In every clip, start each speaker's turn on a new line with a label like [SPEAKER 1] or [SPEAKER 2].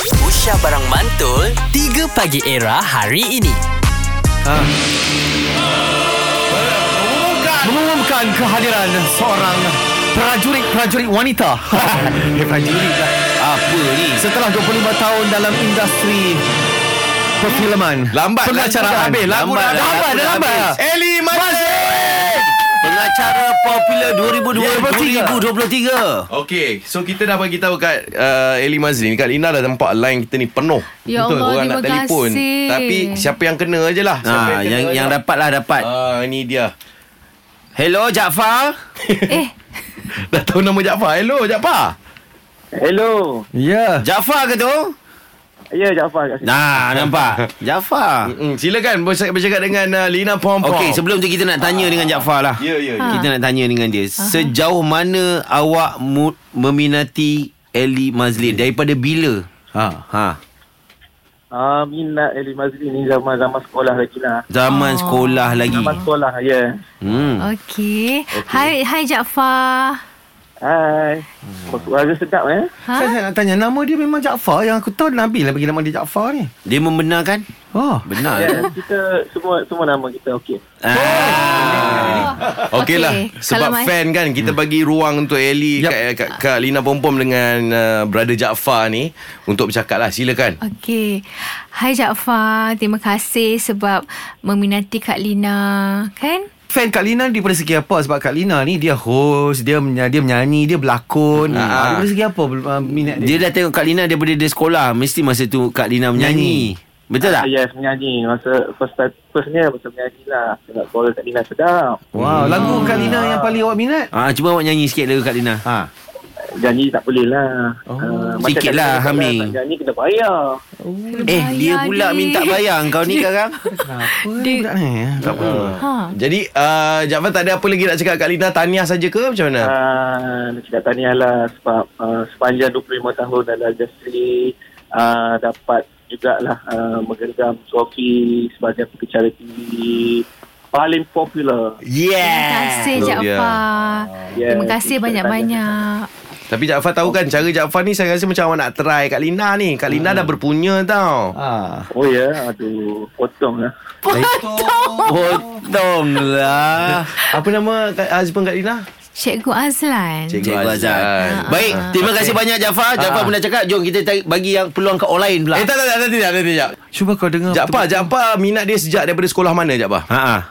[SPEAKER 1] Aisyah Barang Mantul 3 Pagi Era hari ini
[SPEAKER 2] mengumumkan kehadiran seorang prajurit-prajurit wanita. eh, prajurit lah.
[SPEAKER 3] Apa ni?
[SPEAKER 2] Setelah 25 tahun dalam industri perfilman.
[SPEAKER 3] Lambat
[SPEAKER 4] lah.
[SPEAKER 2] Pengacaraan.
[SPEAKER 3] Lambat,
[SPEAKER 2] Lagu dah
[SPEAKER 3] lambat,
[SPEAKER 2] dah lah. habis. Dah
[SPEAKER 3] lambat,
[SPEAKER 2] habis.
[SPEAKER 3] dah habis. Eli Mazin
[SPEAKER 4] Pengacara popular 2022
[SPEAKER 2] Ya,
[SPEAKER 4] 2023.
[SPEAKER 3] Okay So kita dah bagi tahu kat uh, Eli Mazlin Kat Lina dah tempat line kita ni penuh
[SPEAKER 5] Ya Allah,
[SPEAKER 3] Orang
[SPEAKER 5] terima
[SPEAKER 3] nak telefon
[SPEAKER 5] kasih.
[SPEAKER 3] Tapi siapa yang kena je
[SPEAKER 2] Ah,
[SPEAKER 3] lah Siapa
[SPEAKER 4] Ha,
[SPEAKER 3] kena
[SPEAKER 4] yang
[SPEAKER 3] je
[SPEAKER 4] yang
[SPEAKER 3] lah.
[SPEAKER 4] dapat lah dapat.
[SPEAKER 3] Ah, Ini dia
[SPEAKER 4] Hello Jaafar.
[SPEAKER 5] Eh,
[SPEAKER 3] Dah tahu nama Jaafar Hello Jaafar
[SPEAKER 6] Hello.
[SPEAKER 2] Ya.
[SPEAKER 4] Jaafar ke tu?
[SPEAKER 6] Ya, Jaafar kat sini.
[SPEAKER 4] Nah, nampak. Jaafar.
[SPEAKER 3] Mm, Silakan bercakap, bercakap dengan uh, Lina Pom Pom
[SPEAKER 4] Okey, sebelum tu kita nak
[SPEAKER 2] Ah.
[SPEAKER 4] tanya dengan Jaafar lah.
[SPEAKER 3] Ya ya ya
[SPEAKER 5] Ha.
[SPEAKER 4] Kita nak tanya dengan dia. Sejauh mana awak mu- meminati Eli Mazlin
[SPEAKER 3] Hmm.
[SPEAKER 4] daripada bila?
[SPEAKER 3] ha.
[SPEAKER 4] Ha,
[SPEAKER 6] Ah, minat Eli Mazli ni zaman-zaman sekolah lagi lah.
[SPEAKER 4] zaman
[SPEAKER 5] Oh.
[SPEAKER 4] sekolah lagi.
[SPEAKER 6] Zaman sekolah, ya. Yeah.
[SPEAKER 4] Hmm.
[SPEAKER 5] okey. Hai hai Jaafar.
[SPEAKER 6] Hai. Hmm. Suara sedap eh.
[SPEAKER 2] Saya,
[SPEAKER 5] Ha?
[SPEAKER 2] saya nak tanya nama dia memang Jaafar yang aku tahu Nabil lah bagi nama dia Jaafar ni.
[SPEAKER 4] Dia membenarkan?
[SPEAKER 2] Oh.
[SPEAKER 4] Benar.
[SPEAKER 6] Ya, yeah, kita semua semua nama kita okey.
[SPEAKER 3] Okey lah Sebab
[SPEAKER 5] Salam, eh.
[SPEAKER 3] fan kan Kita
[SPEAKER 4] Hmm.
[SPEAKER 3] bagi ruang untuk Eli
[SPEAKER 2] Yap.
[SPEAKER 3] kat, kat, kat Lina Pom Pom dengan uh, Brother Jaafar ni Untuk bercakap lah Silakan
[SPEAKER 5] Okey. Hai Jaafar, terima kasih sebab meminati Kak Lina, kan?
[SPEAKER 2] Fan Kak Lina daripada segi apa? Sebab Kak Lina ni dia host, dia menya- dia menyanyi, dia berlakon. Ah, Daripada segi apa uh, minat dia?
[SPEAKER 4] Dia dah tengok Kak Lina daripada dia sekolah. Mesti masa tu Kak Lina menyanyi. Betul tak?
[SPEAKER 6] Ah, yes, menyanyi. Masa first time, firstnya masa menyanyi lah. Sebab suara Kak Nina sedap.
[SPEAKER 2] Wow, lagu Kak Lina yang paling awak minat?
[SPEAKER 3] ya.
[SPEAKER 4] Ah, cuba awak nyanyi sikit lagu Kak Lina.
[SPEAKER 2] Ha.
[SPEAKER 6] Janji tak boleh lah. Oh,
[SPEAKER 4] Sikit lah, Hamil.
[SPEAKER 6] Janji kena bayar.
[SPEAKER 4] Eh, dia pula minta bayar kau ni sekarang.
[SPEAKER 2] Apa
[SPEAKER 5] Dia-
[SPEAKER 2] budak ni? Tak apa.
[SPEAKER 5] Ha.
[SPEAKER 3] Jadi uh, Jaafar tak ada apa lagi nak cakap kat Lina Tahniah saja ke macam mana?
[SPEAKER 6] Ah, nak cakap tahniah lah sebab ah, sepanjang 25 tahun dalam industri ah, dapat jugalah ah, menggenggam trofi sebagai pengacara TV paling popular.
[SPEAKER 5] Terima kasih
[SPEAKER 3] Betul dia.
[SPEAKER 5] Jaafar.
[SPEAKER 6] Yeah,
[SPEAKER 5] Terima kasih
[SPEAKER 6] kita
[SPEAKER 5] banyak-banyak.
[SPEAKER 3] Tapi Jaafar tahu kan cara Jaafar ni saya rasa macam awak nak try kat Lina ni. Kat Lina dah berpunya tau.
[SPEAKER 2] Ah.
[SPEAKER 6] Oh ya, yeah? aduh, potong lah.
[SPEAKER 4] Potonglah.
[SPEAKER 3] Apa nama kat, husband kat Lina?
[SPEAKER 5] Cikgu Azlan.
[SPEAKER 3] Cikgu
[SPEAKER 4] Cikgu Azhar. Ah.
[SPEAKER 3] Azhar. Ah.
[SPEAKER 4] Baik, terima kasih banyak Jaafar. Jaafar pun dah cakap, jom kita tarik- bagi yang peluang ke orang lain pula. Oh,
[SPEAKER 3] Eh tak tak tak nanti tak nanti tak.
[SPEAKER 2] Cuba kau dengar.
[SPEAKER 3] Jaafar, Jaafar minat dia sejak daripada sekolah mana Jaafar?
[SPEAKER 4] Ha ah.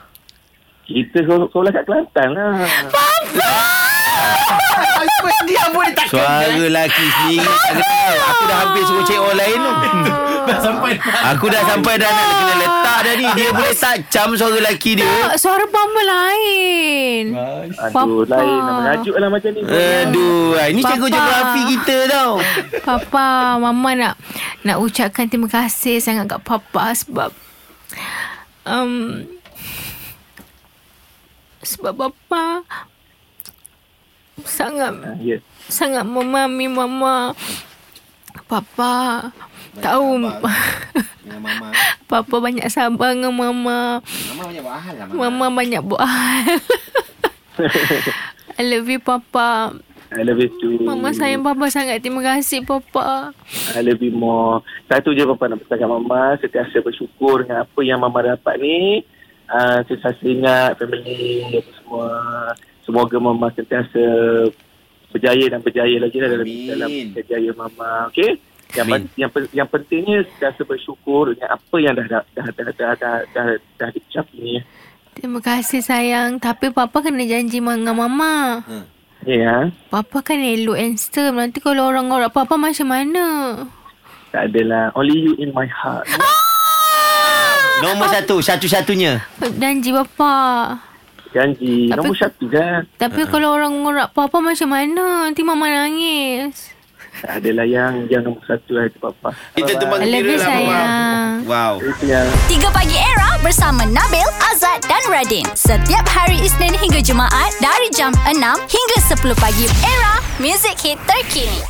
[SPEAKER 6] Kita sekolah sekolah kat Kelantan lah.
[SPEAKER 4] Suara lelaki sendiri tak kenal. Aku dah hampir suruh cek orang lain tu
[SPEAKER 3] Dah sampai.
[SPEAKER 4] Aku dah sampai dah nak kena letak dah ni Dia boleh tak cam suara lelaki dia
[SPEAKER 5] Ah, Suara bamba lain.
[SPEAKER 6] Aduh,
[SPEAKER 5] Papa.
[SPEAKER 6] lain lah. Mengajuk lah macam ni.
[SPEAKER 5] Eh,
[SPEAKER 4] Aduh ah, Ini cikgu
[SPEAKER 5] Papa.
[SPEAKER 4] geografi kita tau
[SPEAKER 5] Papa, Mama nak nak ucapkan terima kasih sangat kat Papa sebab um, sebab Papa sangat
[SPEAKER 6] Ya.
[SPEAKER 5] sangat memahami Mama. Papa tahu Papa banyak sabar dengan Mama. lah, Mama banyak buat hal lah, Mama. banyak buat hal. I love you, Papa.
[SPEAKER 6] I love you too.
[SPEAKER 5] Mama sayang Papa sangat. Terima kasih, Papa.
[SPEAKER 6] I love you more. Satu je Papa nak pesan kat Mama, sentiasa bersyukur dengan apa yang Mama dapat ni. Uh, sentiasa ingat family, apa semua. Semoga Mama sentiasa berjaya dan berjaya lagi lah dalam, dalam berjaya Mama. Okay? Yang,
[SPEAKER 4] Amin.
[SPEAKER 6] pen, yang, pen- yang pentingnya sentiasa bersyukur dengan apa yang dah dah dah dah dah dah, dah, dah dicapai ni.
[SPEAKER 5] Terima kasih, sayang. Tapi Papa kena janji dengan Mama.
[SPEAKER 6] Ya. Yeah.
[SPEAKER 5] Papa kan elok and stern. Nanti kalau orang ngorak Papa macam mana?
[SPEAKER 6] Tak adalah only you in my heart.
[SPEAKER 4] Nombor satu Satu-satunya
[SPEAKER 5] Janji Papa.
[SPEAKER 6] Janji.
[SPEAKER 5] Apa-
[SPEAKER 6] Nombor satu kan.
[SPEAKER 5] Tapi uh-huh. kalau orang ngorak Papa macam mana? Nanti Mama nangis.
[SPEAKER 6] Tak adalah yang yang nombor satu lah itu Papa.
[SPEAKER 4] Kita tumpang
[SPEAKER 5] I love you,
[SPEAKER 3] lah,
[SPEAKER 5] sayang.
[SPEAKER 4] Wow
[SPEAKER 6] Itu yang
[SPEAKER 7] 3 Pagi Era bersama Nabil, Azad dan Radin. Setiap hari Isnin hingga Jumaat dari jam 6 hingga 10 pagi. Era, music hit terkini.